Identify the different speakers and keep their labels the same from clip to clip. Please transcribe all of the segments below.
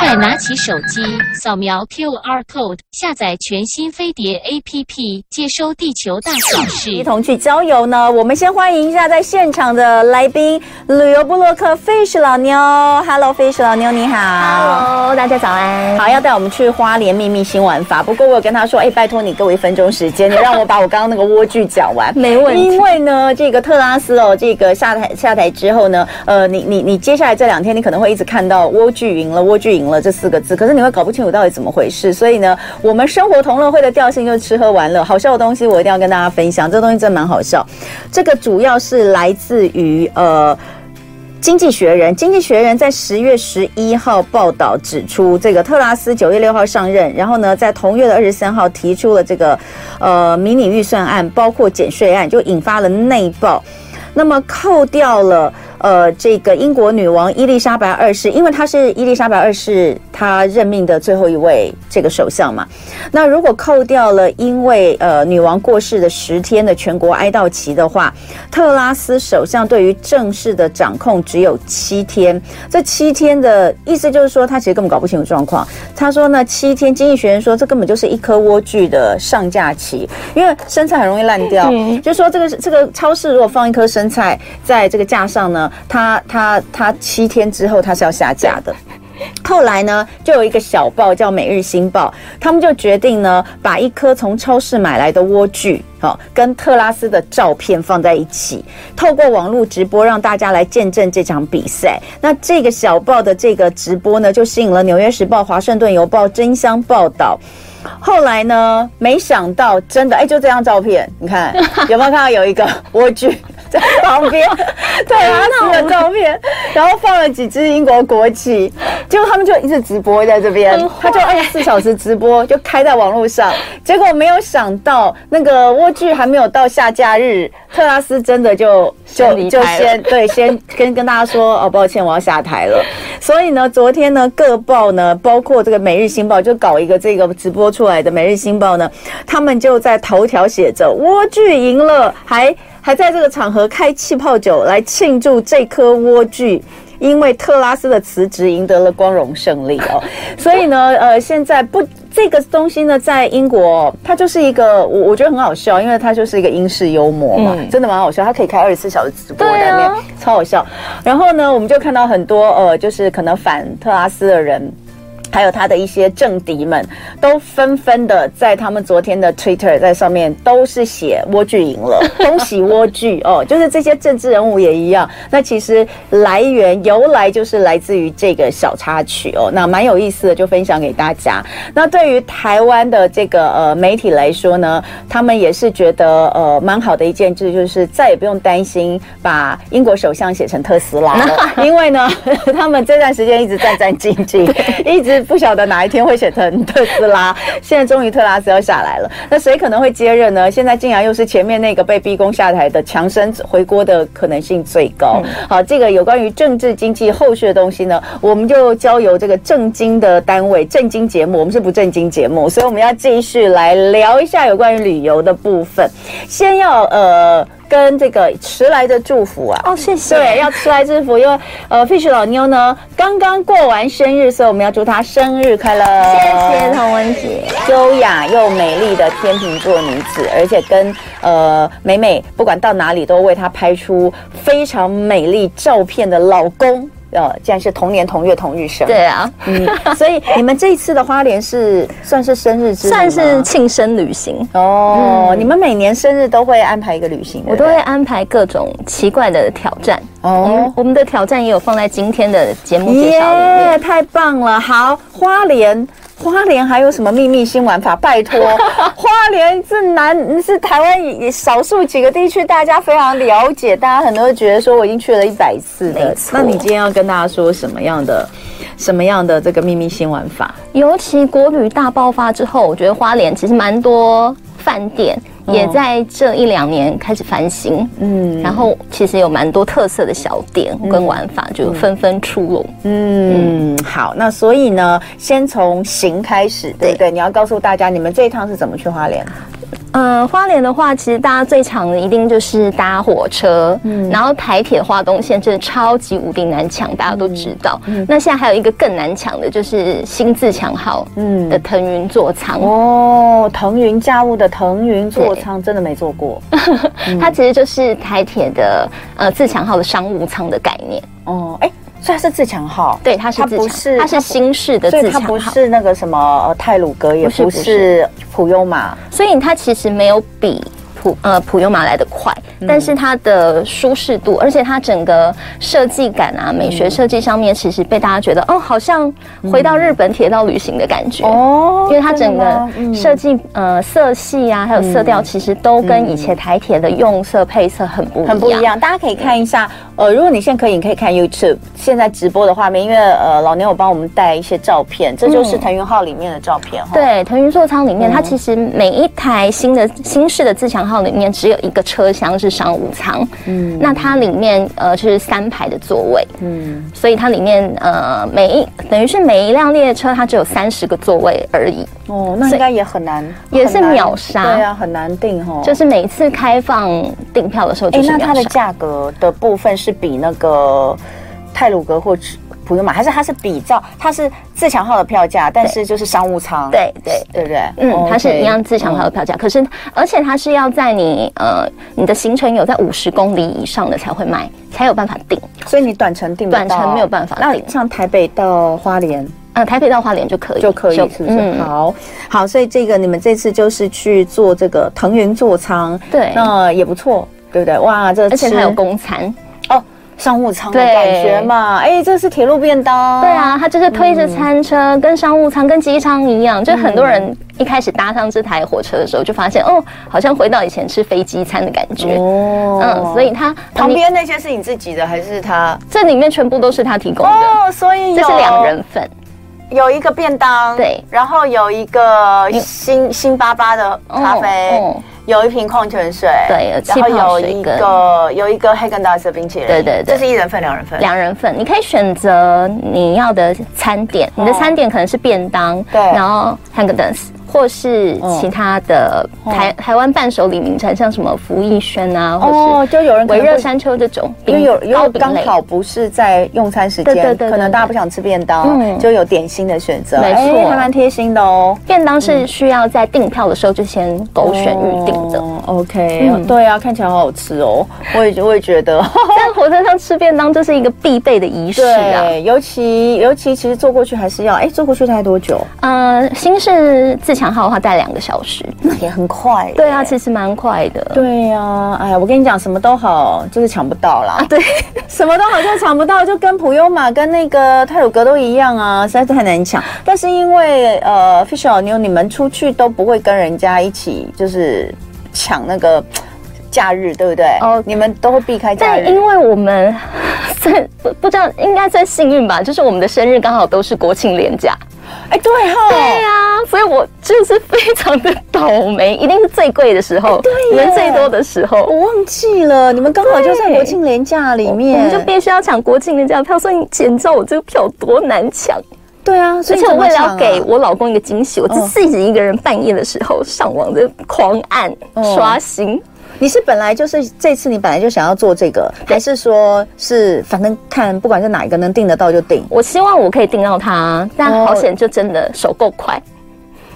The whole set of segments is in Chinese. Speaker 1: 再拿起手机，扫描 QR code，下载全新飞碟 APP，接收地球大小
Speaker 2: 一
Speaker 1: 事。
Speaker 2: 同去郊游呢。我们先欢迎一下在现场的来宾，旅游部落客 Fish 老妞。Hello，Fish 老妞，你好。
Speaker 3: Hello，大哦家早安。
Speaker 2: 好，要带我们去花莲秘密新玩法。不过我有跟他说，哎、拜托你给我一分钟时间，你让我把我刚刚那个莴苣讲完。
Speaker 3: 没问题
Speaker 2: 因为呢，这个特拉斯哦，这个下台下台之后呢，呃，你你你接下来这两天你可能会一直看到“莴苣赢了”“莴苣赢了”这四个字，可是你会搞不清楚到底怎么回事。所以呢，我们生活同乐会的调性就是吃喝玩乐，好笑的东西我一定要跟大家分享。这东西真蛮好笑，这个主要是来自于呃。经济学人，经济学人在十月十一号报道指出，这个特拉斯九月六号上任，然后呢，在同月的二十三号提出了这个呃迷你预算案，包括减税案，就引发了内爆。那么扣掉了呃这个英国女王伊丽莎白二世，因为她是伊丽莎白二世她任命的最后一位这个首相嘛。那如果扣掉了因为呃女王过世的十天的全国哀悼期的话，特拉斯首相对于正式的掌控只有七天。这七天的意思就是说，他其实根本搞不清楚状况。他说呢，七天，经济学人说这根本就是一颗莴苣的上架期，因为生菜很容易烂掉。
Speaker 3: 嗯
Speaker 2: 就是说这个这个超市如果放一颗生菜在这个架上呢，它它它七天之后它是要下架的。后来呢，就有一个小报叫《每日新报》，他们就决定呢，把一颗从超市买来的莴苣，好、跟特拉斯的照片放在一起，透过网络直播让大家来见证这场比赛。那这个小报的这个直播呢，就吸引了《纽约时报》《华盛顿邮报》争相报道。后来呢，没想到真的，哎，就这张照片，你 看有没有看到有一个 莴苣在旁边，特拉斯的照片，然后放了几支英国国旗，结果他们就一直直播在这边
Speaker 3: 很，
Speaker 2: 他就二十四小时直播，就开在网络上。结果没有想到，那个莴苣还没有到下假日，特拉斯真的就
Speaker 3: 先
Speaker 2: 就
Speaker 3: 离
Speaker 2: 就
Speaker 3: 开了
Speaker 2: 先对先跟跟大家说哦，抱歉，我要下台了。所以呢，昨天呢，各报呢，包括这个《每日新报》，就搞一个这个直播出来的《每日新报》呢，他们就在头条写着“莴苣赢了”，还还在这个场合开气泡酒来庆祝这颗莴苣。因为特拉斯的辞职赢得了光荣胜利哦， 所以呢，呃，现在不这个东西呢，在英国哦、它就是一个我我觉得很好笑，因为它就是一个英式幽默嘛，
Speaker 3: 嗯
Speaker 2: 真的蛮好笑，它可以开二十四小时直播
Speaker 3: 对啊
Speaker 2: 在那边，超好笑。然后呢，我们就看到很多呃，就是可能反特拉斯的人。还有他的一些政敌们，都纷纷的在他们昨天的 Twitter 在上面都是写莴苣赢了，恭喜莴苣哦，就是这些政治人物也一样。那其实来源由来就是来自于这个小插曲哦，那蛮有意思的，就分享给大家。那对于台湾的这个呃媒体来说呢，他们也是觉得呃蛮好的一件事，就是再也不用担心把英国首相写成特斯拉了， 因为呢，他们这段时间一直战战兢兢， 一直不晓得哪一天会写成特斯拉。现在终于特拉斯要下来了，那谁可能会接任呢？现在竟然又是前面那个被逼宫下台的强生回锅的可能性最高。
Speaker 3: 嗯
Speaker 2: 好，这个有关于政治经济后续的东西呢，我们就交由这个正经的单位正经节目，我们是不正经节目，所以我们要继续来聊一下有关于旅游的部分。先要呃。跟这个迟来的祝福啊，
Speaker 3: 哦，谢谢。
Speaker 2: 对，要吃来之福，因为呃，Fish 老妞呢刚刚过完生日，所以我们要祝她生日快乐。
Speaker 3: 谢谢童文姐。
Speaker 2: 优雅又美丽的天秤座女子，而且跟呃美美不管到哪里都为她拍出非常美丽照片的老公，呃，竟然是同年同月同日生。，
Speaker 3: 对啊，
Speaker 2: 嗯，所以你们这一次的花莲是算是生日之旅吗
Speaker 3: 算是嗯庆生旅行，
Speaker 2: 哦，你们每年生日都会安排一个旅行，
Speaker 3: 我
Speaker 2: 对
Speaker 3: 都
Speaker 2: 不
Speaker 3: 嗯
Speaker 2: 对
Speaker 3: 会安排各种奇怪的挑战。我们
Speaker 2: 哦。
Speaker 3: 我们的挑战也有放在今天的节目介
Speaker 2: 耶
Speaker 3: 绍里面。
Speaker 2: 太棒了！好，花呃莲，花莲还有什么秘密新玩法？拜托，花莲是南是台湾少数几个地区大家非常了解，大家很多人觉得说我已经去了一百次的
Speaker 3: 没。错
Speaker 2: 那你今天要跟大家说什么样的？什么样的这个秘密新玩法？
Speaker 3: 尤其国旅大爆发之后，我觉得花莲其实蛮多饭店。也在这一两年开始翻新，嗯，然后其实有蛮多特色的小店跟玩法，就纷纷出笼。
Speaker 2: 嗯，好，那所以呢，先从行开始，对不对？你要告诉大家，你们这一趟是怎么去花莲？
Speaker 3: 呃，花莲的话，其实大家最常的一定就是搭火车，
Speaker 2: 嗯
Speaker 3: 然后台铁花东线真的超级无敌难抢，大家都知道。
Speaker 2: 嗯
Speaker 3: 那现在还有一个更难抢的，就是新自强号
Speaker 2: 嗯
Speaker 3: 的腾云座舱，
Speaker 2: 哦，腾云驾雾的腾云座舱真的没坐过。嗯
Speaker 3: 它其实就是台铁的呃自强号的商务舱的概念。
Speaker 2: 哦，哎，所以它是自强号，
Speaker 3: 对，它是
Speaker 2: 它
Speaker 3: 自
Speaker 2: 不
Speaker 3: 强，
Speaker 2: 是
Speaker 3: 它是新式的
Speaker 2: 所以
Speaker 3: 自
Speaker 2: 它
Speaker 3: 强
Speaker 2: 不
Speaker 3: 号，
Speaker 2: 是那个什么呃泰鲁格，也
Speaker 3: 不是
Speaker 2: 不
Speaker 3: 不
Speaker 2: 是普悠玛，
Speaker 3: 所以它其实没有比普呃普悠玛来的快，但是它的舒适度，而且它整个设计感啊，美学设计上面，其实被大家觉得哦，好像回到日本铁道旅行的感觉。
Speaker 2: 哦
Speaker 3: 因为它整个设
Speaker 2: 计
Speaker 3: 计、呃色系啊，还有色调，其实都跟以前台铁的用色配色很不一样。
Speaker 2: 很不一。样，大家可以看一下。呃，如果你现在可以，你可以看 YouTube 现在直播的画面，因为呃老牛有帮我们带一些照片，这就是腾云号里面的照片哈。
Speaker 3: 对，腾云座舱里面，它其实每一台新的新式的自强号里面只有一个车厢是商务舱，嗯，那它里面呃就是三排的座位，嗯，所以它里面呃每一等于是每一辆列车它只有三十个座位而已，
Speaker 2: 哦，那应该也很难，
Speaker 3: 也是
Speaker 2: 很难
Speaker 3: 秒杀
Speaker 2: 对啊，很难定哦。
Speaker 3: 就是每一次开放订票的时候
Speaker 2: 哎
Speaker 3: 就，是
Speaker 2: 那
Speaker 3: 秒
Speaker 2: 它的
Speaker 3: 杀。
Speaker 2: 价格的部分是比那个泰鲁格或者普悠玛，还是它是比较它是自强号的票价，但是就是商务舱，
Speaker 3: 对对
Speaker 2: 对哦不对？哦
Speaker 3: 嗯，它是
Speaker 2: OK
Speaker 3: 一样自强号的票价，可是而且它是要在你呃你的行程有在五十公里以上的才会卖，才有办法订。
Speaker 2: 所以你短程定不到
Speaker 3: 短程没有办法
Speaker 2: 那
Speaker 3: 定
Speaker 2: 像台北到花莲
Speaker 3: 呃，台北到花莲就可以，
Speaker 2: 就可以，是不是？
Speaker 3: 嗯
Speaker 2: 好好，所以这个你们这次就是去做这个腾云座舱，
Speaker 3: 对
Speaker 2: 那也不错，对不对？哇，这
Speaker 3: 而且它有
Speaker 2: 吃
Speaker 3: 公餐。
Speaker 2: 哦。商务舱的
Speaker 3: 对
Speaker 2: 感觉嘛，哎、这是铁路便当。
Speaker 3: 对，啊，它就是推着餐车，跟商务舱、跟机舱一样，就很多人
Speaker 2: 嗯
Speaker 3: 一开始搭上这台火车的时候，就发现哦，好像回到以前吃飞机餐的感觉。
Speaker 2: 哦
Speaker 3: 嗯，所以它
Speaker 2: 旁
Speaker 3: 你
Speaker 2: 边那些是你自己的还是他？
Speaker 3: 这里面全部都是他提供的，
Speaker 2: 哦，所以有
Speaker 3: 这是两人份。
Speaker 2: 有一个便当，
Speaker 3: 对
Speaker 2: 然后有一个新新巴巴的咖啡，
Speaker 3: 哦哦
Speaker 2: 有一瓶矿泉水，
Speaker 3: 对有
Speaker 2: 然后
Speaker 3: 气泡
Speaker 2: 有
Speaker 3: 水
Speaker 2: 一
Speaker 3: 跟
Speaker 2: 个有一个黑根达斯冰淇淋，
Speaker 3: 对对对
Speaker 2: 这是一人份两人份，
Speaker 3: 两人份，你可以选择你要的餐点，你的餐点可能是便当，
Speaker 2: 哦对
Speaker 3: 然后 h a n g d a n s 或是其他的
Speaker 2: 哦
Speaker 3: 台台湾伴手礼名产，像什么福逸轩啊，或
Speaker 2: 哦，
Speaker 3: 是
Speaker 2: 就有人可
Speaker 3: 维
Speaker 2: 能
Speaker 3: 热
Speaker 2: 不。
Speaker 3: 山丘这种
Speaker 2: 因
Speaker 3: 饼，
Speaker 2: 为有因
Speaker 3: 糕
Speaker 2: 为
Speaker 3: 饼
Speaker 2: 刚
Speaker 3: 类
Speaker 2: 好不是在用餐时间，
Speaker 3: 对对对
Speaker 2: 可能
Speaker 3: 对
Speaker 2: 大家不想吃便当，
Speaker 3: 嗯
Speaker 2: 就有点心的选择，
Speaker 3: 没
Speaker 2: 哎
Speaker 3: 错
Speaker 2: 还蛮贴心的哦。
Speaker 3: 便当是需要在订票的时候就先勾选预定的。
Speaker 2: 哦 OK，、
Speaker 3: 嗯
Speaker 2: 对啊，看起来好好吃哦，我也我也觉得。
Speaker 3: 在火车上吃便当就是一个必备的仪式啊。
Speaker 2: 对，尤其尤其其实坐过去还是要，哎，坐过去大概多久？
Speaker 3: 呃，新式自强号的话，待两个小时。
Speaker 2: 那也很快。
Speaker 3: 对啊，。其实蛮快的。
Speaker 2: 对呀、哎呀，我跟你讲，什么都好，就是抢不到
Speaker 3: 啊
Speaker 2: 啦。对， 什么都好，就是抢不到，就跟普悠玛跟那个泰鲁格都一样啊，实在是太难抢。但是因为呃，Fisher 妞，你们出去都不会跟人家一起，就是抢那个假日，对不对？哦
Speaker 3: 哦，
Speaker 2: 你们都会避开假
Speaker 3: 但
Speaker 2: 日
Speaker 3: 因。为我们算不不知道，应该算幸运吧，就是我们的生日刚好都是国庆连假。
Speaker 2: 哎，对哈、
Speaker 3: 对啊，所以我就是非常的倒霉，一定是最贵的时候，
Speaker 2: 耶
Speaker 3: 人最多的时候。
Speaker 2: 我忘记了，你们刚好就在
Speaker 3: 对
Speaker 2: 国庆连假里面，
Speaker 3: 我们就必须要抢国庆连假票，所以你简直知道我这个票有多难抢。
Speaker 2: 对啊，所
Speaker 3: 而
Speaker 2: 以
Speaker 3: 且我
Speaker 2: 怎么
Speaker 3: 为了
Speaker 2: 抢
Speaker 3: 要
Speaker 2: 啊
Speaker 3: 给我老公一个惊喜，我
Speaker 2: 嗯
Speaker 3: 自己一个人半夜的时候上网的狂按
Speaker 2: 嗯
Speaker 3: 刷新，
Speaker 2: 你是本来就是这次你本来就想要做这个，还是说是反正看不管是哪一个能订得到就订？
Speaker 3: 我希望我可以订到它，但
Speaker 2: 哦
Speaker 3: 好险就真的手够快。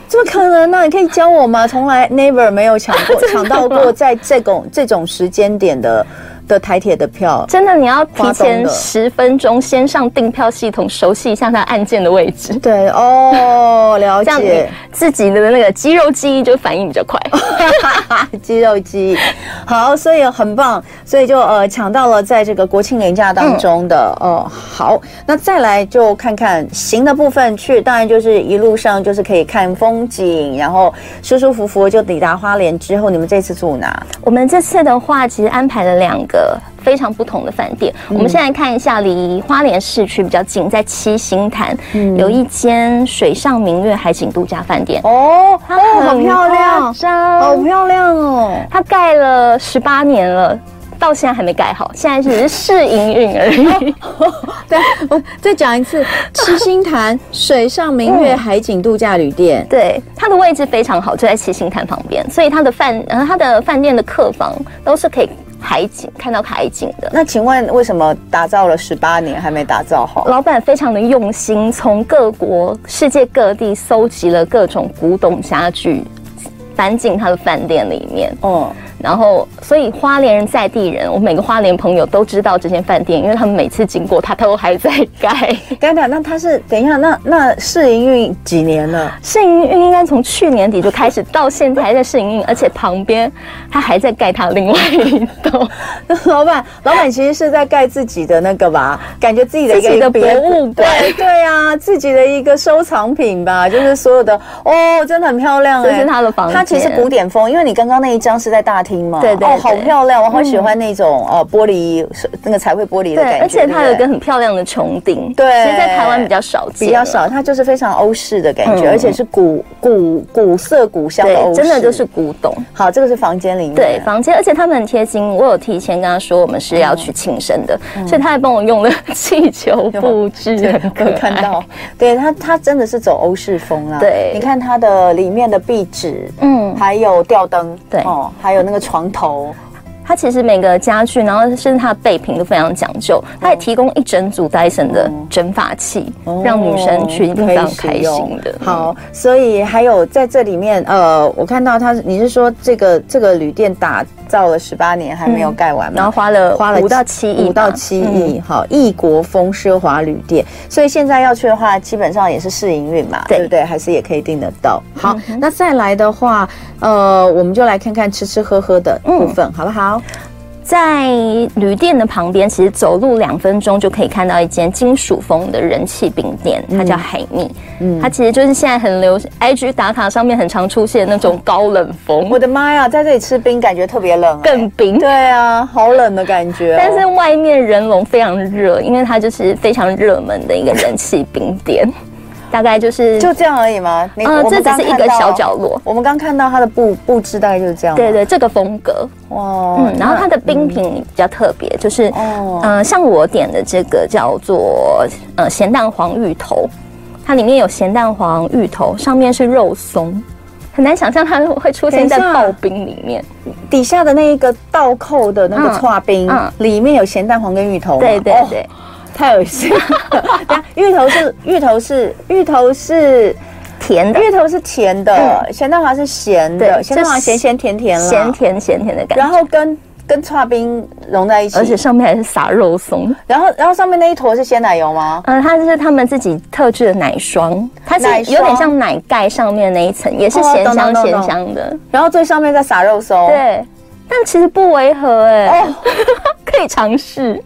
Speaker 2: 怎么可能呢、你可以教我吗？从来 never 没有抢 过抢到过在这种这种时间点的的台铁的票。
Speaker 3: 真的，你要提
Speaker 2: 花东
Speaker 3: 前
Speaker 2: 的
Speaker 3: 十分钟先上订票系统熟悉一下它按键的位置，
Speaker 2: 对哦，了
Speaker 3: 这样你
Speaker 2: 解。
Speaker 3: 自己的那个肌肉记忆就反应 比较快。
Speaker 2: 肌肉记忆，好，所以很棒，所以就呃抢到了在这个国庆连假当中的、哦好，那再来就看看行的部分去，当然就是一路上就是可以看风景，然后舒舒服服就抵达花莲之后，你们这次住哪？
Speaker 3: 我们这次的话，其实安排了两个非常不同的饭店。
Speaker 2: 嗯
Speaker 3: 我们现在看一下，离花莲市区比较近，在七星潭、
Speaker 2: 嗯
Speaker 3: 有一间水上明月海景度假饭店，
Speaker 2: 哦
Speaker 3: 它
Speaker 2: 哦，好
Speaker 3: 很
Speaker 2: 漂亮
Speaker 3: 夸，张
Speaker 2: 好漂亮哦，
Speaker 3: 它盖了十八年了。到现在还没盖好，现在只是试营运而 已。
Speaker 4: 对，我再讲一次，七星潭水上明月海景度假旅
Speaker 2: 嗯
Speaker 4: 店，
Speaker 3: 对，它的位置非常好，就在七星潭旁边，所以它的饭，呃，它的饭店的客房都是可以海景看到海景的。
Speaker 2: 那请问为什么打造了十八年还没打造好？
Speaker 3: 老板非常的用心，从各国、世界各地搜集了各种古董家具，搬进他的饭店里面。
Speaker 2: 哦，
Speaker 3: 然后，所以花莲人在地人，我每个花莲朋友都知道这间饭店，因为他们每次经过，它都还在 盖。
Speaker 2: 等等，那它是等一下，那那试营运几年了？
Speaker 3: 试营运应该从去年底就开始，到现在还在试营运，而且旁边他还在盖他另外一 栋
Speaker 2: 老板，老板其实是在盖自己的那个吧，感觉自己的一
Speaker 3: 自己
Speaker 2: 个
Speaker 3: 的
Speaker 2: 别
Speaker 3: 博物馆
Speaker 2: 对对啊，自己的一个收藏品吧，就是所有的哦，真的很漂亮、欸。
Speaker 3: 这是他的房间
Speaker 2: 它其实古典风，因为你刚刚那一张是在大厅嘛，
Speaker 3: 对对
Speaker 2: 哦，好
Speaker 3: 对
Speaker 2: 漂亮，我好喜欢那种、呃玻璃那个彩绘玻璃的感觉。
Speaker 3: 而且它
Speaker 2: 对不
Speaker 3: 有一
Speaker 2: 对
Speaker 3: 个很漂亮的穹顶，
Speaker 2: 对
Speaker 3: 其实在台湾比较少见，
Speaker 2: 比较。少，它就是非常欧式的感觉，
Speaker 3: 嗯
Speaker 2: 而且是古古古色古香的欧式，
Speaker 3: 对，真的就是嗯古董。
Speaker 2: 好，这个是房间里面，
Speaker 3: 对，房间，而且他们很贴心。我有提前跟他说我们是要去庆生的，所以他还帮我用了气球布 置，
Speaker 2: 对，
Speaker 3: 很可
Speaker 2: 我有看
Speaker 3: 爱。
Speaker 2: 到， 对它它真的是走欧式风啦，
Speaker 3: 对
Speaker 2: 你看它的里面的壁纸，
Speaker 3: 嗯，
Speaker 2: 还有吊灯，
Speaker 3: 对
Speaker 2: 哦，还有那个床头，
Speaker 3: 它其实每个家具，然后甚至它的备品都非常讲究。它也提供一整组 Dyson 的蒸发器，让女生去
Speaker 2: 哦可
Speaker 3: 非
Speaker 2: 以
Speaker 3: 常
Speaker 2: 使
Speaker 3: 开
Speaker 2: 用
Speaker 3: 心的。
Speaker 2: 哦
Speaker 3: 嗯
Speaker 2: 好，所以还有在这里面，呃，我看到它是，你是说这个这个旅店打造了十八年还没有盖完吗？
Speaker 3: 嗯然后花了
Speaker 2: 花了
Speaker 3: 五到七亿吧，嗯
Speaker 2: 五到七亿，好，异国风奢华旅店，所以现在要去的话，基本上也是试营运嘛，
Speaker 3: 对嗯
Speaker 2: 对不对？还是也可以订得到。
Speaker 4: 好，那再来的话，呃，我们就来看看吃吃喝喝的部分，
Speaker 3: 嗯
Speaker 4: 好不好？
Speaker 3: 在旅店的旁边，其实走路两分钟就可以看到一间金属风的人气饼店，
Speaker 2: 嗯
Speaker 3: 它叫海蜜。它其实就是现在很流行，IG 打卡上面很常出现那种高冷风，
Speaker 2: 我的妈呀，在这里吃冰感觉特别冷、哎
Speaker 3: 更冰。
Speaker 2: 对啊，好冷的感觉哦、
Speaker 3: 但是外面人龙非常热，因为它就是非常热门的一个人气饼店，大概就是
Speaker 2: 就这样而已吗？你
Speaker 3: 呃，这只是一个
Speaker 2: 我们刚
Speaker 3: 小。
Speaker 2: 看到哦
Speaker 3: 角落。
Speaker 2: 我们刚看到它的布布置大概就是这样。
Speaker 3: 对，对，这个风格，
Speaker 2: 哇，
Speaker 3: 嗯，然后它的冰品比较特别，就是，
Speaker 2: 哦
Speaker 3: 呃，像我点的这个叫做呃咸蛋黄芋头，它里面有咸蛋黄芋头，上面是肉松，很难想象它会出现在
Speaker 2: 等一下
Speaker 3: 刨冰里面。
Speaker 2: 底下的那一个倒扣的那个
Speaker 3: 嗯
Speaker 2: 串冰、
Speaker 3: 嗯
Speaker 2: 里面有咸蛋黄跟芋头嘛，
Speaker 3: 对对
Speaker 2: 哦
Speaker 3: 对，
Speaker 2: 太恶心 了。等一下芋头是芋头是芋头是
Speaker 3: 甜的，
Speaker 2: 芋头是甜的，咸蛋黄是咸的，
Speaker 3: 对
Speaker 2: 咸蛋黄
Speaker 3: 就
Speaker 2: 咸
Speaker 3: 是
Speaker 2: 嗯咸甜甜了，
Speaker 3: 咸甜咸甜的感觉，
Speaker 2: 然后跟跟刨冰融在一起，
Speaker 3: 而且上面还是撒肉松。
Speaker 2: 然后然后上面那一坨是鲜奶油吗？
Speaker 3: 嗯，它就是他们自己特制的奶霜，它是
Speaker 2: 奶霜
Speaker 3: 有点像奶盖上面那一层，也是
Speaker 2: 哦
Speaker 3: 咸
Speaker 2: 懂懂
Speaker 3: 香
Speaker 2: 懂
Speaker 3: 咸
Speaker 2: 懂
Speaker 3: 香的。
Speaker 2: 然后最上面再撒肉松，，
Speaker 3: 对，但其实不违和哎、
Speaker 2: 哦
Speaker 3: 可以尝试，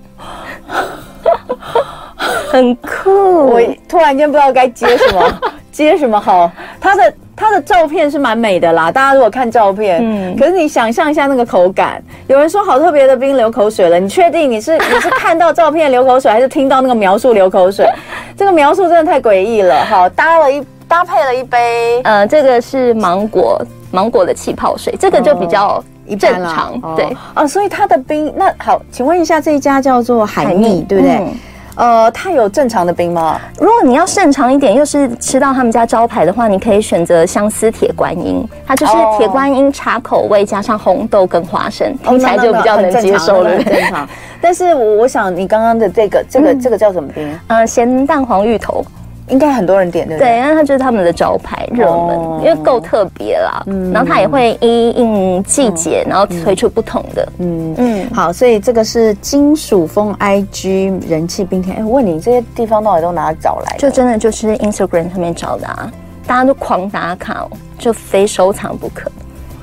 Speaker 3: 很酷
Speaker 2: 我。突然间不知道该接什 么，接什么好。它的它的照片是蛮美的啦，大家如果看照片，
Speaker 3: 嗯
Speaker 2: 可是你想象一下那个口感，有人说好特别的冰流口水了，你确定你 是你是看到照片流口水，还是听到那个描述流口水？这个描述真的太诡异了。好，搭了一搭配了一杯。
Speaker 3: 呃，这个是芒果芒果的气泡水，这个就
Speaker 2: 嗯
Speaker 3: 比较正
Speaker 4: 般啦
Speaker 3: 常。
Speaker 4: 哦
Speaker 3: 对，
Speaker 2: 哦，所以它的冰那好，请问一下，这一家叫做海
Speaker 3: 蜜
Speaker 2: 蜜，对不对？
Speaker 3: 嗯
Speaker 2: 呃，它有正常的冰吗？
Speaker 3: 如果你要擅长一点，又是吃到他们家招牌的话，你可以选择相思铁观音，它就是
Speaker 2: 哦
Speaker 3: 铁观音茶口味加上红豆跟花生，
Speaker 2: 哦
Speaker 3: 听起来
Speaker 2: 那
Speaker 3: 就
Speaker 2: 那
Speaker 3: 比较
Speaker 2: 很
Speaker 3: 能
Speaker 2: 正
Speaker 3: 接
Speaker 2: 常
Speaker 3: 受
Speaker 2: 那
Speaker 3: 了
Speaker 2: 很。正常。但是我我想你刚刚的这个这个
Speaker 3: 嗯
Speaker 2: 这个叫什么冰？
Speaker 3: 呃，咸蛋黄芋头，
Speaker 2: 应该很多人点对不
Speaker 3: 对，
Speaker 2: 对？
Speaker 3: 因为它就是他们的招牌热门，
Speaker 2: 哦嗯
Speaker 3: 因为够特别啦。然后它也会依应季节，然后推出不同的。嗯嗯，
Speaker 2: 好，所以这个是金属风 IG 人气冰天。哎，我问你这些地方到底都哪里找来的？
Speaker 3: 就真的就是 Instagram 上面找的啊，大家都狂打卡哦，就非收藏不可。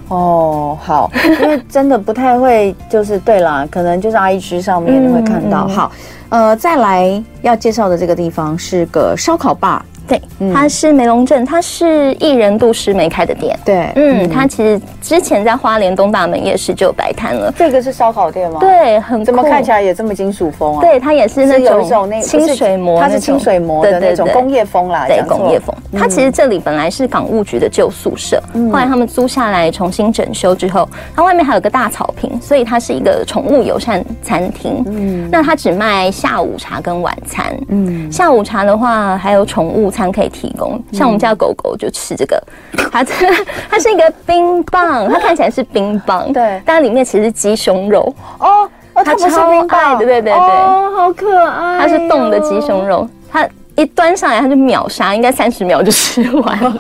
Speaker 2: 哦， 好，因为真的不太会，就是对啦，可能就是 IG 上面
Speaker 3: 嗯
Speaker 2: 会看到。
Speaker 3: 嗯
Speaker 2: 好，呃，再来要介绍的这个地方是个烧烤吧，
Speaker 3: 对，它是梅龙镇，它是艺人杜诗梅开的店。
Speaker 4: 对
Speaker 3: 嗯，它其实之前在花莲东大门夜市就有摆摊了。
Speaker 2: 这个是烧烤店吗？，
Speaker 3: 对，很
Speaker 2: 怎么
Speaker 3: 酷
Speaker 2: 看起来也这么金属风啊？，
Speaker 3: 对，它也是那
Speaker 2: 是有一种
Speaker 3: 种
Speaker 2: 那
Speaker 3: 清水模那
Speaker 2: 它
Speaker 3: 种，
Speaker 2: 是清水模的
Speaker 3: 对对
Speaker 2: 那种
Speaker 3: 对
Speaker 2: 工业风啦，
Speaker 3: 对
Speaker 2: 讲错
Speaker 3: 工业风。它其实这里本来是港务局的旧宿舍，后来他们租下来重新整修之后，它外面还有个大草坪，所以它是一个宠物友善餐厅。嗯，那它只卖下午茶跟晚餐。嗯，下午茶的话还有宠物餐可以提供，像我们家狗狗就吃这个，它这它是一个冰棒，它看起来是冰棒，
Speaker 2: 对
Speaker 3: 但里面其实是鸡胸肉，
Speaker 2: 哦哦，它不是
Speaker 3: 超
Speaker 2: 冰
Speaker 3: 爱
Speaker 2: 棒，
Speaker 3: 的对对对
Speaker 2: 哦，好可爱哦，
Speaker 3: 它是冻的鸡胸肉，它。一端上来，它就秒杀，应该三十秒就吃完了。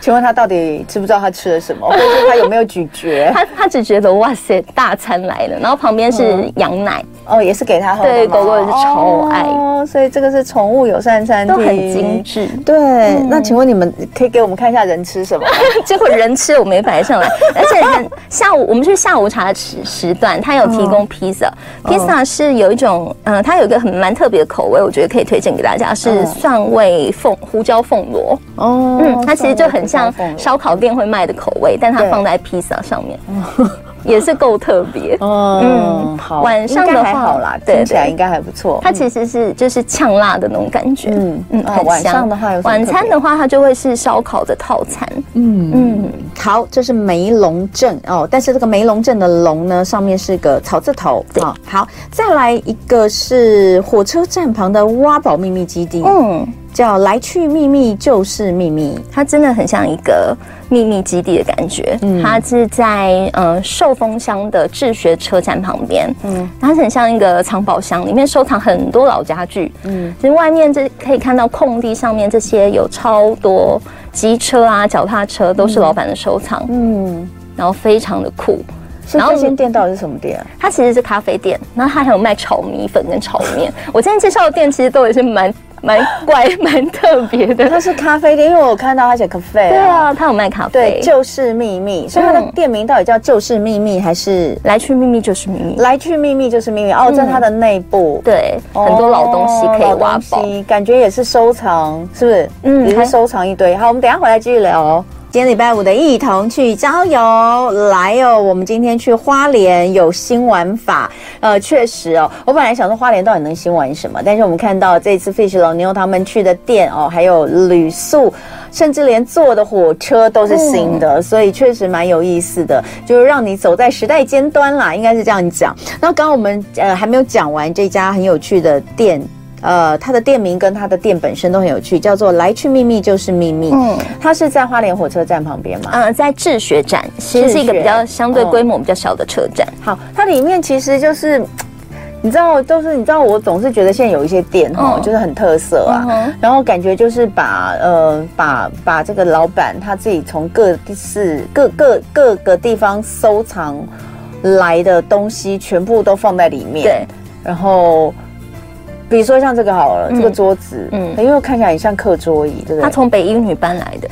Speaker 2: 请问他到底知不知道他吃了什么， 或者是他有没有咀嚼？
Speaker 3: 他他只觉得哇塞，大餐来了，然后旁边是羊奶，
Speaker 2: 哦，也是给他喝的吗。
Speaker 3: 对狗狗也是超爱
Speaker 2: 哦，所以这个是宠物友善餐厅，
Speaker 3: 都很精。致。嗯
Speaker 2: 对，那请问你们可以给我们看一下人吃什么？
Speaker 3: 结果人吃我没 摆上来，而且人下午我们去下午茶的时时段，他有提
Speaker 2: 嗯
Speaker 3: 供披萨，披萨是有一种，嗯，它有一个很蛮特别的口味，我觉得可以推荐给大家，是蒜味凤胡椒凤螺。
Speaker 2: 嗯哦
Speaker 3: 嗯，它其实就很像
Speaker 2: 凤梨
Speaker 3: 烧烤店会卖的口味，但它
Speaker 2: 对
Speaker 3: 放在披萨 上面，也是够特别。
Speaker 2: 嗯，
Speaker 3: 嗯
Speaker 2: 好，
Speaker 3: 晚上
Speaker 2: 应该
Speaker 3: 的
Speaker 2: 还
Speaker 3: 话
Speaker 2: 好啦，
Speaker 3: 对
Speaker 2: 听起来
Speaker 3: 对
Speaker 2: 应该还不错。
Speaker 3: 它其实是就是呛辣的那种感觉，
Speaker 2: 嗯
Speaker 3: 嗯
Speaker 2: 嗯
Speaker 3: 嗯，
Speaker 2: 啊
Speaker 3: 很
Speaker 2: 晚
Speaker 3: 香
Speaker 2: 上的话有什么
Speaker 3: 晚
Speaker 2: 特
Speaker 3: 餐
Speaker 2: 别
Speaker 3: 的话它就会是烧烤的套餐，
Speaker 4: 嗯
Speaker 3: 嗯，
Speaker 4: 好，这是梅龙镇哦，但是这个梅龙镇的龙呢，上面是个草字头。
Speaker 3: 对
Speaker 4: 哦好，再来一个是火车站旁的挖宝秘密基地，
Speaker 3: 嗯，
Speaker 4: 叫来去秘密就是秘密。
Speaker 3: 它真的很像一个秘密基地的感觉，
Speaker 2: 嗯
Speaker 3: 它是在呃寿丰乡的志学车站旁边，嗯，它很像一个藏宝箱，里面收藏很多老家具，嗯，其实外面这可以看到空地上面这些有超多机车啊、脚踏车都是老板的收藏，
Speaker 2: 嗯，
Speaker 3: 然后非常的酷，
Speaker 2: 所以
Speaker 3: 然后
Speaker 2: 这间店到底是什么店啊？
Speaker 3: 它其实是咖啡店，然后它还有卖炒米粉跟炒 面。我今天介绍的店其实都也是蛮蛮怪、 蛮特别的。
Speaker 2: 它是咖啡店，因为我看到它写 cafe
Speaker 3: 对
Speaker 2: 啊。
Speaker 3: 啊，它有卖咖
Speaker 2: 对，
Speaker 3: 啡。
Speaker 2: 就是秘密，所以它
Speaker 4: 嗯
Speaker 2: 的店名到底叫就是秘密还是
Speaker 3: 来去秘密就是秘密。
Speaker 2: 来去秘密就是秘密？哦，在它
Speaker 4: 嗯
Speaker 2: 的内部，
Speaker 3: 对，
Speaker 2: 哦，
Speaker 3: 很多老东西可以挖
Speaker 2: 老
Speaker 3: 宝
Speaker 2: 东。西感觉也是收藏，是不是？
Speaker 3: 嗯
Speaker 2: 也是
Speaker 3: 还
Speaker 2: 收藏一堆。好，我们等一下回来继续聊哦。
Speaker 4: 今天礼拜五的一同去郊游，来哦！我们今天去花莲有新玩法，
Speaker 2: 呃，确实哦，我本来想说花莲到底能新玩什么，但是我们看到这次 Fish 老妞他们去的店哦，还有旅宿，甚至连坐的火车都是新的，所以确实蛮有意思的，就是让你走在时代尖端啦，应该是这样讲。
Speaker 4: 那刚刚我们呃还没有讲完这家很有趣的店，
Speaker 2: 呃，它的店名跟它的店本身都很有趣，叫做“来去秘密就是秘密”。嗯
Speaker 3: 嗯，
Speaker 2: 它是在花莲火车站旁边嘛。
Speaker 3: 呃，在智学站其
Speaker 2: 智
Speaker 3: 实是一个
Speaker 2: 学
Speaker 3: 比较相对
Speaker 2: 嗯
Speaker 3: 规模比较小的车站。
Speaker 2: 好，它里面其实就是。嗯你知道，都是你知道，我总是觉得现在有一些店哦，
Speaker 3: 嗯
Speaker 2: 就是很特色啊，
Speaker 3: 嗯哼
Speaker 2: 然后感觉就是把呃把把这个老板他自己从各地市各各各个地方收藏来的东西全部都放在里面，
Speaker 3: 对，
Speaker 2: 然后比如说像这个好了，这个
Speaker 3: 嗯
Speaker 2: 桌子，嗯
Speaker 3: 嗯，
Speaker 2: 因为看起来很像课桌椅，对不对？
Speaker 3: 它从北一女搬来的，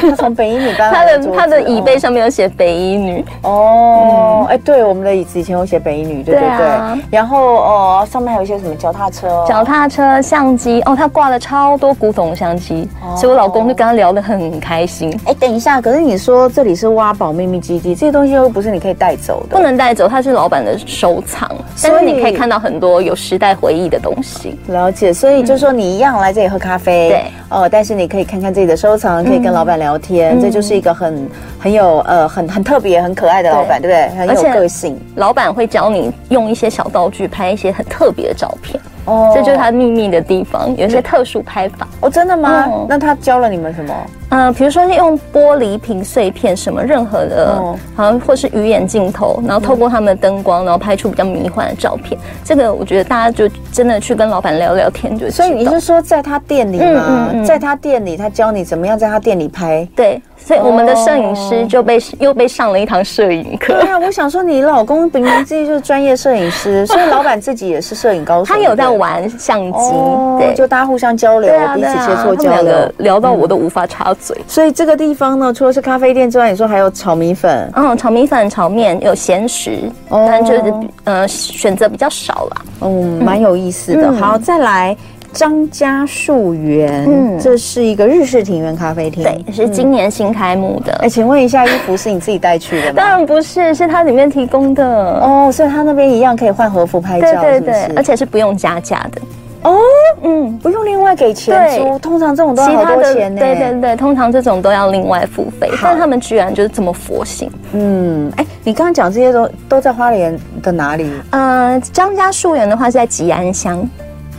Speaker 2: 他 从北一女搬
Speaker 3: 它
Speaker 2: 来
Speaker 3: 的
Speaker 2: 桌
Speaker 3: 它的
Speaker 2: 子
Speaker 3: 椅
Speaker 2: 哦
Speaker 3: 背上面有写北一女。
Speaker 2: 哦，哎、对，我们的椅子以前有写北一女，对对
Speaker 3: 对
Speaker 2: 对。
Speaker 3: 啊
Speaker 2: 然后哦，上面还有一些什么脚踏车、哦，
Speaker 3: 脚踏车、相机，哦，他挂了超多古董相机，
Speaker 2: 哦
Speaker 3: 所以我老公就跟他聊得很开心。
Speaker 2: 哎，等一下，可是你说这里是挖宝秘密基地，这些东西又不是你可以带走的，
Speaker 3: 不。能带走，它是老板的收藏，但是你可以看到很多有时代回忆的东西。
Speaker 2: 了解，所以就说你一样来这里喝咖啡，
Speaker 3: 对，
Speaker 2: 哦，但是你可以看看自己的收藏，可以跟老板聊天，这就是一个很很有呃很很特别、很可爱的老板，对不对？很
Speaker 3: 而
Speaker 2: 有
Speaker 3: 且
Speaker 2: 个性，
Speaker 3: 老板会教你用一些小道具拍一些很特别的照片，
Speaker 2: 哦
Speaker 3: 这就是他秘密的地方，有一些特殊拍法。
Speaker 2: 哦，真的吗？
Speaker 3: 嗯
Speaker 2: 那他教了你们什么？
Speaker 3: 呃，比如说是用玻璃瓶碎片什么任何的
Speaker 2: 哦，
Speaker 3: 好像、或是鱼眼镜头，然后透过他们的灯光，然后拍出比较迷幻的照片。这个我觉得大家就真的去跟老板聊聊天就知
Speaker 2: 所
Speaker 3: 道。
Speaker 2: 以你是说在他店里吗？
Speaker 3: 嗯嗯嗯
Speaker 2: 在他店里，他教你怎么样在他店里拍？
Speaker 3: 对，所以我们的摄影
Speaker 2: 哦
Speaker 3: 师就被、又被上了一堂摄影课
Speaker 2: 对。啊，我想说，你老公明明自己就是专业摄影 师，所以老板自己也是摄影高手。
Speaker 3: 他有在玩相机，
Speaker 2: 哦，
Speaker 3: 对，
Speaker 2: 就大家互相交流，
Speaker 3: 对啊，
Speaker 2: 彼
Speaker 3: 对
Speaker 2: 此
Speaker 3: 啊
Speaker 2: 切磋
Speaker 3: 他们
Speaker 2: 交
Speaker 3: 两
Speaker 2: 流
Speaker 3: 个。聊到我都无法插嘴。
Speaker 2: 所以这个地方呢，除了是咖啡店之外，你说还有炒米粉，
Speaker 3: 嗯，炒米粉、炒面有咸食，
Speaker 2: 哦
Speaker 3: 但就是呃选择比较少啦。
Speaker 2: 嗯，蛮有意思的。
Speaker 3: 嗯
Speaker 2: 好，
Speaker 4: 好，再来
Speaker 2: 张家树园，
Speaker 3: 嗯
Speaker 2: 这是一个日式庭园咖啡厅。
Speaker 3: 对，是今年新开幕的。
Speaker 2: 哎，请问一下，衣服是你自己带去的
Speaker 3: 当
Speaker 2: 吗？
Speaker 3: 然不是，是它里面提供的。
Speaker 2: 哦，所以他那边一样可以换和服拍
Speaker 3: 对
Speaker 2: 照，
Speaker 3: 对
Speaker 2: 是不
Speaker 3: 对
Speaker 2: 是，
Speaker 3: 而且是不用加价的。
Speaker 2: 哦，
Speaker 3: 嗯，
Speaker 2: 不用另外给钱
Speaker 3: 对
Speaker 2: 租，通常这种都
Speaker 3: 其
Speaker 2: 要好
Speaker 3: 他
Speaker 2: 多
Speaker 3: 的
Speaker 2: 钱呢。
Speaker 3: 对对对，通常这种都要另外付费，但他们居然就是这么佛心。
Speaker 2: 嗯，哎，你刚刚讲这些都都在花莲的哪里？
Speaker 3: 呃，张家树园的话是在吉安乡，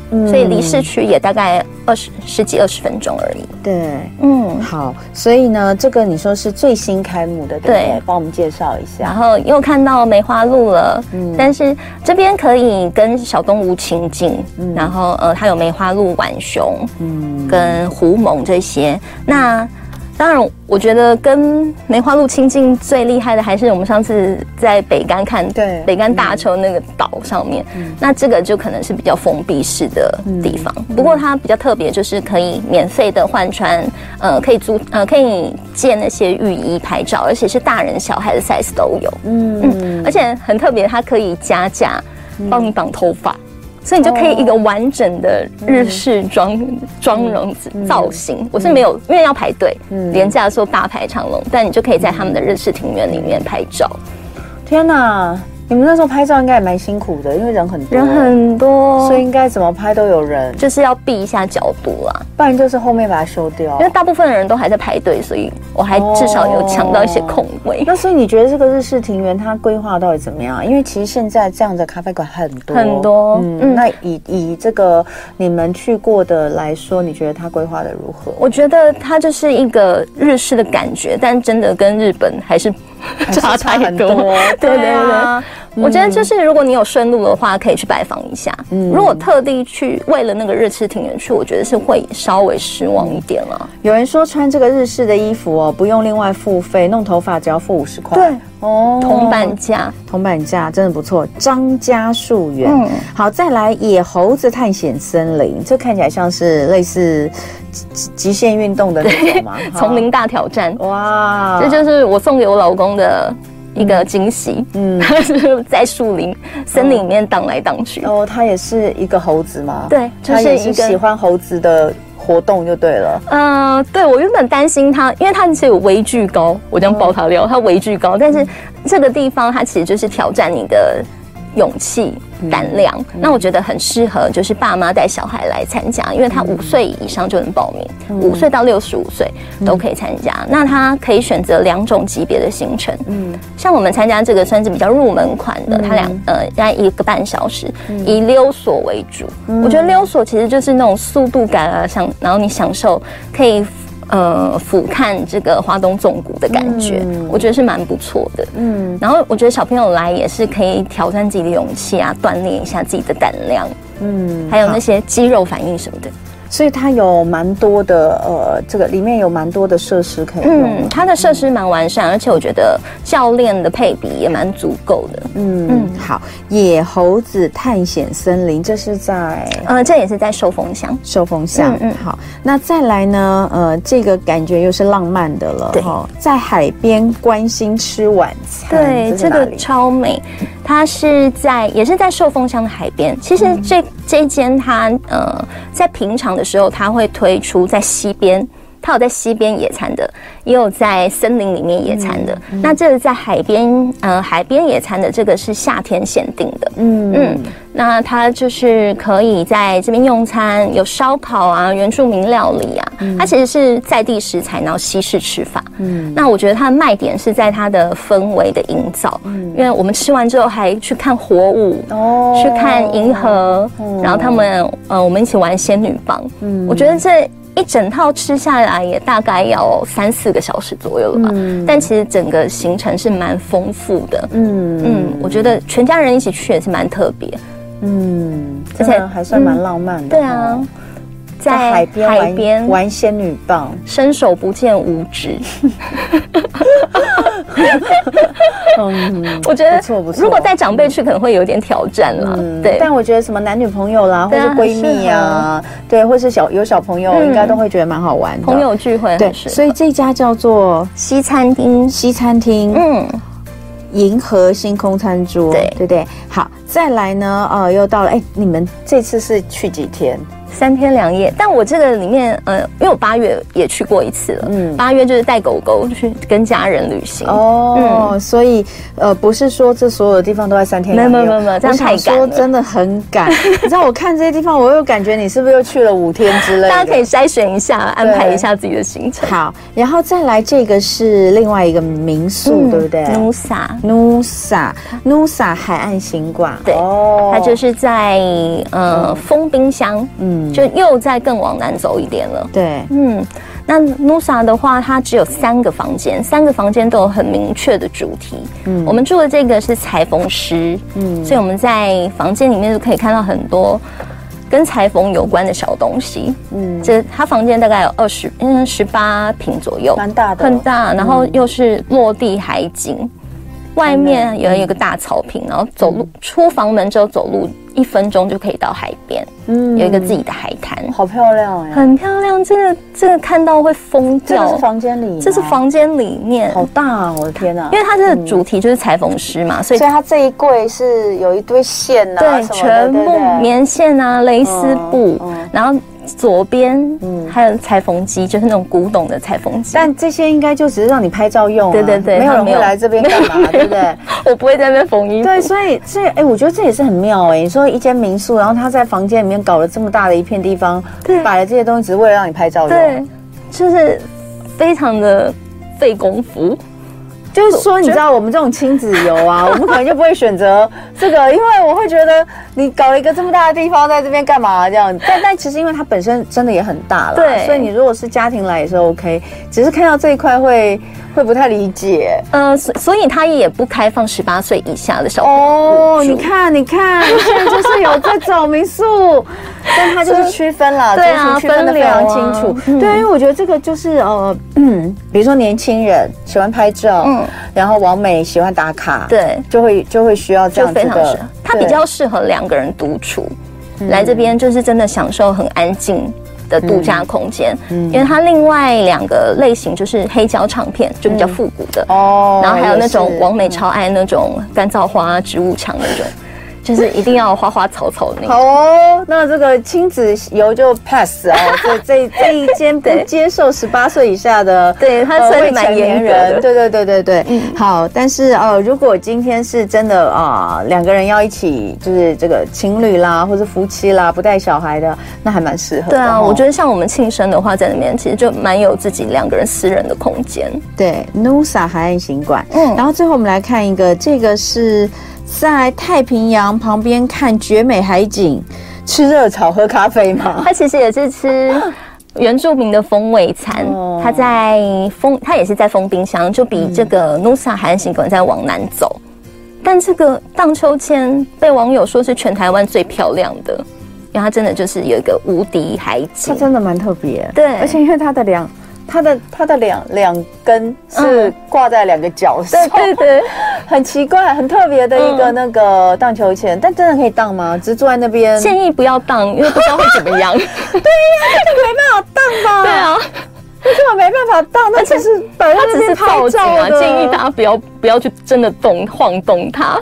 Speaker 3: 嗯所以
Speaker 2: 嗯
Speaker 3: 离市区也大概二十十几二十分钟而已。
Speaker 2: 对，
Speaker 3: 嗯，
Speaker 2: 好，所以呢，这个你说是最新开幕的，对不对
Speaker 3: 对？啊
Speaker 2: 帮我们介绍一
Speaker 3: 然
Speaker 2: 下。
Speaker 3: 后又看到梅花鹿了，
Speaker 2: 嗯
Speaker 3: 但是这边可以跟小动物亲近，然后呃，它有梅花鹿、浣熊，
Speaker 2: 嗯，
Speaker 3: 跟狐獴这些。那当然，我觉得跟梅花鹿亲近最厉害的还是我们上次在北干看，
Speaker 2: 对嗯
Speaker 3: 北干大洲那个岛上面。那这个就可能是比较封闭式的地方，
Speaker 2: 嗯
Speaker 3: 不过它比较特别，就是可以免费的换穿，呃，可以租呃可以借那些浴衣拍照，而且是大人小孩的 size 都有。
Speaker 2: 嗯，
Speaker 3: 而且很特别，它可以加价帮你绑头发，所以你就可以一个完整的日式妆妆容造型。我是没有，因为要排队，廉价的时候大排长龙，但你就可以在他们的日式庭院里面拍照，
Speaker 2: 天哪，你们那时候拍照应该也蛮辛苦的，因为人很多，
Speaker 3: 嗯人很多，
Speaker 2: 所以应该怎么拍都有人，
Speaker 3: 就是要避一下角度啦。
Speaker 2: 不然就是后面把它修掉
Speaker 3: 因。为大部分的人都还在排队，所以我还至少有抢到一些空位。
Speaker 2: 那所以你觉得这个日式庭园它规划到底怎么样？因为其实现在这样的咖啡馆很多
Speaker 3: 很多
Speaker 2: 嗯，
Speaker 3: 嗯
Speaker 2: 那以以这个你们去过的来说，你觉得它规划的如何？
Speaker 3: 我觉得它就是一个日式的感觉，但真的跟日本还是 差太
Speaker 2: 很
Speaker 3: 多。 对对
Speaker 2: 对
Speaker 3: 对
Speaker 2: 啊，
Speaker 3: 我觉得就是如果你有顺路的话，可以去拜访一下。如果特地去为了那个日式庭园去，我觉得是会稍微失望一点啊了。
Speaker 2: 有人说穿这个日式的衣服哦，不用另外付费，弄头发只要付五十块。
Speaker 3: 对，
Speaker 2: 哦，
Speaker 3: 铜板价，
Speaker 2: 铜板价真的不错。张家树园，
Speaker 3: 嗯
Speaker 2: 好，再来野猴子探险森林，这看起来像是类似极极极限运动的那种嘛，哈
Speaker 3: 丛林大挑战，
Speaker 2: 哇，
Speaker 3: 这就是我送给我老公的一个惊喜。嗯，是 在树林、森林里面荡来荡去。
Speaker 2: 哦，它也是一个猴子吗？
Speaker 3: 对就
Speaker 2: 它
Speaker 3: 是
Speaker 2: 也
Speaker 3: 一
Speaker 2: 是
Speaker 3: 个
Speaker 2: 喜欢猴子的活动就对了。
Speaker 3: 呃，对我原本担心它，因为它是有微距高，我这样爆它料，它微距高，但是这个地方它其实就是挑战你的勇气、胆量。那我觉得很适合，就是爸妈带小孩来参加，因为他五岁以上就能报名，五、岁到六十五岁都可以参加。那他可以选择两种级别的行程，嗯，像我们参加这个算是比较入门款的，它两呃大概一个半小时，以溜索为主。我觉得溜索其实就是那种速度感啊，享然后你享受可以。呃，俯瞰这个花东纵谷的感觉，我觉得是蛮不错的。
Speaker 2: 嗯，
Speaker 3: 然后我觉得小朋友来也是可以挑战自己的勇气啊，锻炼一下自己的胆量，嗯，还有那些肌肉反应什么的。
Speaker 2: 所以它有蛮多的呃，这个里面有蛮多的设施可以用
Speaker 3: 嗯，。它的设施蛮完善，而且我觉得教练的配比也蛮足够的。
Speaker 2: 嗯
Speaker 3: 嗯
Speaker 2: 好，野猴子探险森林，这是在
Speaker 3: 呃，这也是在寿丰乡。
Speaker 2: 寿丰乡。
Speaker 3: 嗯嗯
Speaker 2: 好，那再来呢？呃，这个感觉又是浪漫的了。
Speaker 3: 对
Speaker 2: 哈，在海边关心吃晚餐。
Speaker 3: 对，
Speaker 2: 这
Speaker 3: 这
Speaker 2: 个
Speaker 3: 个超美，它是在也是在寿丰乡的海边。其实这、这一间它呃，在平常的时候，它会推出在溪边，它有在溪边野餐的，也有在森林里面野餐的。那这个在海边呃海边野餐的这个是夏天限定的，
Speaker 2: 嗯
Speaker 3: 嗯，那它就是可以在这边用餐，有烧烤啊、原住民料理啊，它其实是在地食材，然后西式吃法。嗯，那我觉得它的卖点是在它的氛围的营造，因为我们吃完之后还去看火舞。
Speaker 2: 嗯哦嗯
Speaker 3: 去看银河，然后他们呃，我们一起玩仙女棒。嗯，我觉得这一整套吃下来也大概要三四个小时左右了吧。但其实整个行程是蛮丰富的。
Speaker 2: 嗯
Speaker 3: 嗯，我觉得全家人一起去也是蛮特别。
Speaker 2: 嗯，
Speaker 3: 而
Speaker 2: 真
Speaker 3: 且
Speaker 2: 的还算蛮浪漫的。
Speaker 3: 对啊
Speaker 2: 哦，，
Speaker 3: 在
Speaker 2: 在海边
Speaker 3: 海
Speaker 2: 玩
Speaker 3: 边
Speaker 2: 玩仙女棒，
Speaker 3: 伸手不见五指。
Speaker 2: 嗯，
Speaker 3: 我觉得
Speaker 2: 不错不嗯错
Speaker 3: 嗯如果带长辈去，可能会有点挑战啦。对，
Speaker 2: 但我觉得什么男女朋友啦，或
Speaker 3: 对
Speaker 2: 是
Speaker 3: 啊
Speaker 2: 闺蜜啊，对，或是小有小朋友，
Speaker 3: 嗯
Speaker 2: 应该都会觉得蛮好玩的。
Speaker 3: 朋友聚会
Speaker 2: 对，
Speaker 3: 很适合
Speaker 2: 所以这家叫做
Speaker 3: 西餐厅，
Speaker 2: 西餐厅，
Speaker 3: 嗯，
Speaker 2: 银河星空餐桌，
Speaker 3: 对
Speaker 2: 对不对？好，再来呢，呃，又到了，哎，你们这次是去几天？
Speaker 3: 三天两夜，但我这个里面，呃，因为我八月也去过一次了，嗯，八月就是带狗狗去跟家人旅行，
Speaker 2: 哦，所以呃，不是说这所有的地方都在三天
Speaker 3: 没有
Speaker 2: 两夜，
Speaker 3: 没有没有没有这样
Speaker 2: 我想
Speaker 3: 太赶
Speaker 2: 说
Speaker 3: 了
Speaker 2: 真的很赶。 你知道我看这些地方，我又感觉你是不是又去了五天之类的？
Speaker 3: 大家可以筛选一下，安排一下自己的行程。
Speaker 2: 好，然后再来这个是另外一个民
Speaker 3: 嗯
Speaker 2: 宿，对不对
Speaker 3: 努萨，
Speaker 2: ？Nusa Nusa 海岸行馆，
Speaker 3: 对
Speaker 2: 哦
Speaker 3: 它就是在呃风冰箱，
Speaker 2: 嗯
Speaker 3: 嗯，就又再更往南走一点了。
Speaker 2: 对，
Speaker 3: 嗯，那 Nusa 的话，它只有三个房间，三个房间都有很明确的主题。嗯，我们住的这个是裁缝师，嗯，所以我们在房间里面就可以看到很多跟裁缝有关的小东西。嗯，这它房间大概有二十嗯十八平左右，
Speaker 2: 蛮大的
Speaker 3: 很大，然后又是落地海景，外面也有一个大草坪，然后走路出房门之后走路一分钟就可以到海边，
Speaker 2: 嗯
Speaker 3: 有一个自己的海滩。
Speaker 2: 好漂亮哎，
Speaker 3: 很漂亮，这个这个看到会疯
Speaker 2: 这个
Speaker 3: 掉
Speaker 2: 是。房间里吗，
Speaker 3: 这是房间里面，
Speaker 2: 好大啊，我的天哪
Speaker 3: 因！为它这个主题就是裁缝师嘛，所以
Speaker 2: 所以它这一柜是有一堆线呐、啊，
Speaker 3: 对
Speaker 2: 什么的
Speaker 3: 全部棉线啊、蕾丝布
Speaker 2: 嗯嗯，
Speaker 3: 然后左边还有裁缝机，就是那种古董的裁缝机。
Speaker 2: 但这些应该就只是让你拍照用、啊，
Speaker 3: 对对对
Speaker 2: 没有
Speaker 3: 他
Speaker 2: 人
Speaker 3: 没
Speaker 2: 会
Speaker 3: 有
Speaker 2: 来这边干 嘛，对不对？
Speaker 3: 我不会在那边缝衣服，
Speaker 2: 对，所以这哎、我觉得这也是很妙哎、你说一间民宿，然后他在房间里面搞了这么大的一片地方，
Speaker 3: 对
Speaker 2: 摆了这些东西，只是为了让你拍照用。
Speaker 3: 对，就是非常的费功夫。
Speaker 2: 就是说，你知道我们这种亲子游 啊，我们可能就不会选择这个，因为我会觉得你搞了一个这么大的地方，在这边干嘛这样？但但其实因为它本身真的也很大了，
Speaker 3: 对
Speaker 2: 所以你如果是家庭来也是 OK，只是看到这一块会会不太理解
Speaker 3: 呃，所所以它也不开放十八岁以下的小朋友
Speaker 2: 哦。
Speaker 3: 入住
Speaker 2: 你看，你看，现在就是有这种民宿， 但它就是区分啦，
Speaker 3: 对啊
Speaker 2: 族群区分的非常清楚。
Speaker 3: 分流啊嗯
Speaker 2: 对，因为我觉得这个就是呃，嗯，比如说年轻人喜欢拍照，
Speaker 3: 嗯
Speaker 2: 然后王美喜欢打卡，。
Speaker 3: 对，
Speaker 2: 就会就会需要这
Speaker 3: 就
Speaker 2: 样子
Speaker 3: 非常适
Speaker 2: 的
Speaker 3: 合，，它比
Speaker 2: 对嗯
Speaker 3: 较适合两个人独处，来这边就是真的享受很安静的度假空间。
Speaker 2: 嗯
Speaker 3: 因为它另外两个类型就是黑胶唱片，就比较复古的，
Speaker 2: 哦
Speaker 3: 然后还有那种王
Speaker 2: 王
Speaker 3: 美超爱那种干燥花植物墙那 种，就是一定要花花草草那种。
Speaker 2: 好哦，那这个亲子游就 pass 哦，这这这一间不
Speaker 3: 对
Speaker 2: 接受十八岁以下的，
Speaker 3: 对它
Speaker 2: 呃
Speaker 3: 算是
Speaker 2: 未成
Speaker 3: 蛮
Speaker 2: 年
Speaker 3: 严格
Speaker 2: 人，
Speaker 3: 的
Speaker 2: 对对对对对，好，但是呃，如果今天是真的啊、两个人要一起，就是这个情侣啦，或者夫妻啦，不带小孩的，那还蛮适合的
Speaker 3: 对
Speaker 2: 哦。
Speaker 3: 啊，我觉得像我们庆生的话，在那边其实就蛮有自己两个人私人的空间。
Speaker 2: 对 Nusa 海岸行馆。嗯
Speaker 3: 嗯，
Speaker 2: 然后最后我们来看一个，这个是在太平洋旁边看绝美海景，吃热炒喝咖啡 嘛。
Speaker 3: 它其实也是吃原住民的风味餐
Speaker 2: 哦，
Speaker 3: 它在风，它也是在风冰箱，就比这个
Speaker 2: 嗯
Speaker 3: Nusa 海岸行馆再往南走。但这个荡秋千被网友说是全台湾最漂亮的，因为它真的就是有一个无敌海
Speaker 2: 它
Speaker 3: 景。
Speaker 2: 真的蛮特别，
Speaker 3: 对
Speaker 2: 而且因为它的两，它的它的两两根是
Speaker 3: 嗯
Speaker 2: 挂在两个脚上，
Speaker 3: 对对，
Speaker 2: 很奇怪，很特别的一个
Speaker 3: 嗯
Speaker 2: 那个荡秋千，但真的可以荡吗？只是坐在那边，
Speaker 3: 建议不要荡，因为不知道会怎 么样。
Speaker 2: 啊没办法荡吧？
Speaker 3: 对，啊，
Speaker 2: 根本没办法荡，那只是摆在
Speaker 3: 它
Speaker 2: 那
Speaker 3: 只
Speaker 2: 边
Speaker 3: 是
Speaker 2: 拍
Speaker 3: 造景
Speaker 2: 照
Speaker 3: 啊，
Speaker 2: 的。
Speaker 3: 建议大家不要不要去真的动晃动它，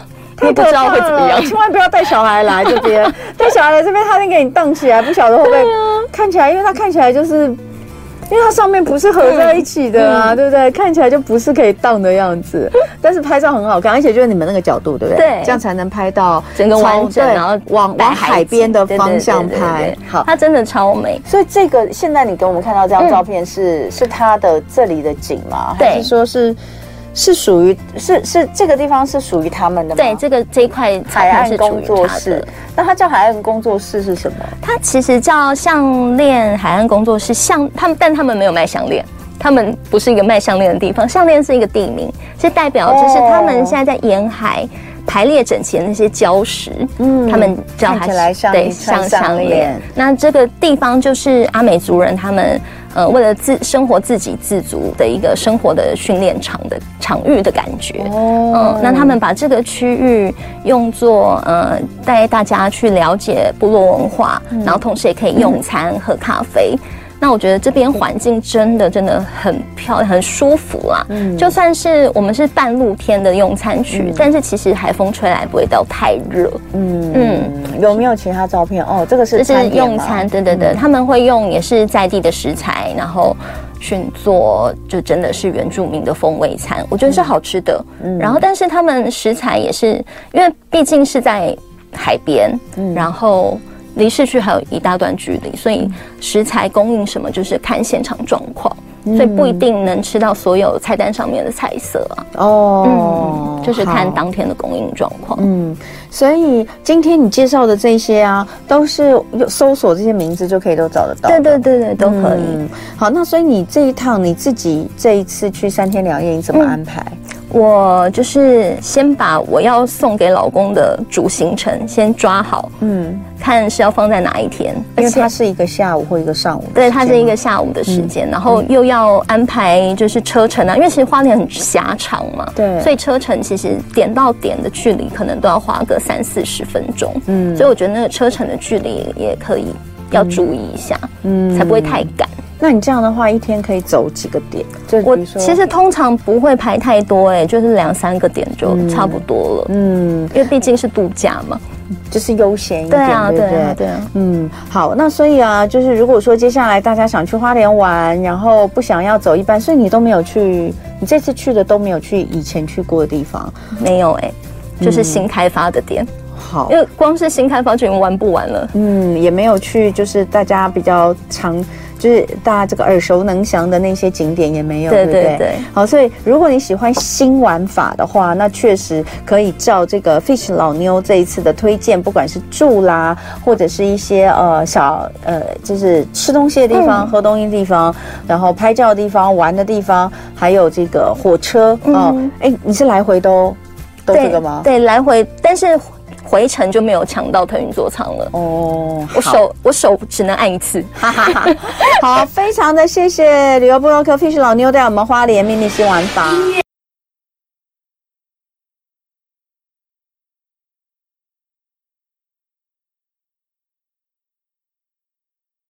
Speaker 2: 太
Speaker 3: 因为不
Speaker 2: 可
Speaker 3: 知道
Speaker 2: 怕
Speaker 3: 会怎么
Speaker 2: 了！
Speaker 3: 样。
Speaker 2: 千万不要带小孩来这边， 带小孩来这边，他先给你荡起来，不晓得会不会看起来，因为它看起来就是，因为它上面不是合在一起的啊，对不对？看起来就不是可以荡的样子， 但是拍照很好看，而且就是你们那个角度，对不对？
Speaker 3: 对
Speaker 2: 这样才能拍到
Speaker 3: 整个
Speaker 2: 朝
Speaker 3: 完整，
Speaker 2: 对
Speaker 3: 然后
Speaker 2: 往
Speaker 3: 摆
Speaker 2: 往海
Speaker 3: 景
Speaker 2: 边的
Speaker 3: 对对
Speaker 2: 方
Speaker 3: 对
Speaker 2: 向
Speaker 3: 对对
Speaker 2: 拍
Speaker 3: 对。
Speaker 2: 好，
Speaker 3: 它真的超美。
Speaker 2: 所以这个现在你给我们看到这张照片是、是它的这里的景吗？
Speaker 3: 对
Speaker 2: 还是说是是属于是是这个地方是属于他们的吗？
Speaker 3: 对，这个这一块草
Speaker 2: 海
Speaker 3: 坪
Speaker 2: 岸
Speaker 3: 是属
Speaker 2: 工
Speaker 3: 于
Speaker 2: 作
Speaker 3: 它
Speaker 2: 室
Speaker 3: 的。，
Speaker 2: 那它叫海岸工作室是什么？
Speaker 3: 它其实叫项链海岸工作室，项他们但他们没有卖项链。他们不是一个卖项链的地方，项链是一个地名，是代表就是
Speaker 2: 哦
Speaker 3: 他们现在在沿海排列整齐的那些礁石，
Speaker 2: 嗯
Speaker 3: 嗯，他们叫它
Speaker 2: 看起来像一串项链。
Speaker 3: 那这个地方就是阿美族人他们呃为了自生活自给自足的一个生活的训练场的场域的感觉，
Speaker 2: 哦
Speaker 3: 嗯，那他们把这个区域用作呃
Speaker 2: 嗯
Speaker 3: 带大家去了解部落文化，然后同时也可以用餐、喝咖啡。那我觉得这边环境真的真的很漂亮，很舒服啦。
Speaker 2: 嗯
Speaker 3: 就算是我们是半露天的用餐区，但是其实海风吹来不会到太热。嗯
Speaker 5: 有没有其他照片？哦，这个是
Speaker 3: 这是
Speaker 5: 餐点吗
Speaker 3: 用餐，，嗯对对对，他们会用也是在地的食材，然后选做就真的是原住民的风味餐，我觉得是好吃的。然后，但是他们食材也是因为毕竟是在海边，然后离市区还有一大段距离，所以食材供应什么就是看现场状况，
Speaker 2: 嗯
Speaker 3: 所以不一定能吃到所有菜单上面的菜色啊。
Speaker 2: 哦
Speaker 3: 嗯，，就是看
Speaker 2: 好
Speaker 3: 当天的供应状况。
Speaker 2: 嗯，所以今天你介绍的这些啊，都是有搜索这些名字就可以都找得到。
Speaker 3: 对对对对，都可以。
Speaker 2: 嗯好，那所以你这一趟你自己这一次去三天两夜，你怎么安排？
Speaker 3: 我就是先把我要送给老公的主行程先抓好，
Speaker 2: 嗯，
Speaker 3: 看是要放在哪一天，
Speaker 2: 因为它是一个下午或一个上午的时间嘛。
Speaker 3: 对，它是一个下午的时间，
Speaker 2: 嗯
Speaker 3: 然后又要安排就是车程啊，因为其实花莲很狭长嘛，
Speaker 2: 对
Speaker 3: 所以车程其实点到点的距离可能都要花个三四十分钟，嗯，所以我觉得那个车程的距离也可以要注意一下，嗯，才不会太赶。
Speaker 2: 那你这样的话，一天可以走几个点？就
Speaker 3: 我
Speaker 2: 比如说
Speaker 3: 其实通常不会排太多、哎，就是两三个点就差不多了，
Speaker 2: 嗯，
Speaker 3: 因为毕竟是度假嘛。
Speaker 2: 就是悠闲一点，
Speaker 3: 对啊，
Speaker 2: 对
Speaker 3: 对
Speaker 2: 不对
Speaker 3: 啊，对啊。
Speaker 2: 嗯，好，那所以啊，就是如果说接下来大家想去花莲玩，然后不想要走一般，所以你都没有去，你这次去的都没有去以前去过的地方。
Speaker 3: 没有哎、
Speaker 2: 嗯
Speaker 3: 就是新开发的店，
Speaker 2: 好
Speaker 3: 因，为光是新开发就已经玩不完了。
Speaker 2: 嗯，也没有去，就是大家比较常，就是大家这个耳熟能详的那些景点也没有，
Speaker 3: 对
Speaker 2: 不
Speaker 3: 对对
Speaker 2: 好，所以如果你喜欢新玩法的话，那确实可以照这个 Fish 老妞这一次的推荐，不管是住啦，或者是一些呃小呃，就是吃东西的地方、喝东西的地方，然后拍照的地方、玩的地方，还有这个火车哦，哎、你是来回都都这个吗？
Speaker 3: 对，来回，但是回程就没有抢到腾云座舱了。
Speaker 2: 哦，好
Speaker 3: 我手我手只能按一次，
Speaker 2: 哈哈哈！好，非常的谢谢旅游部落客 Fish 老妞带我们花莲秘密新玩法。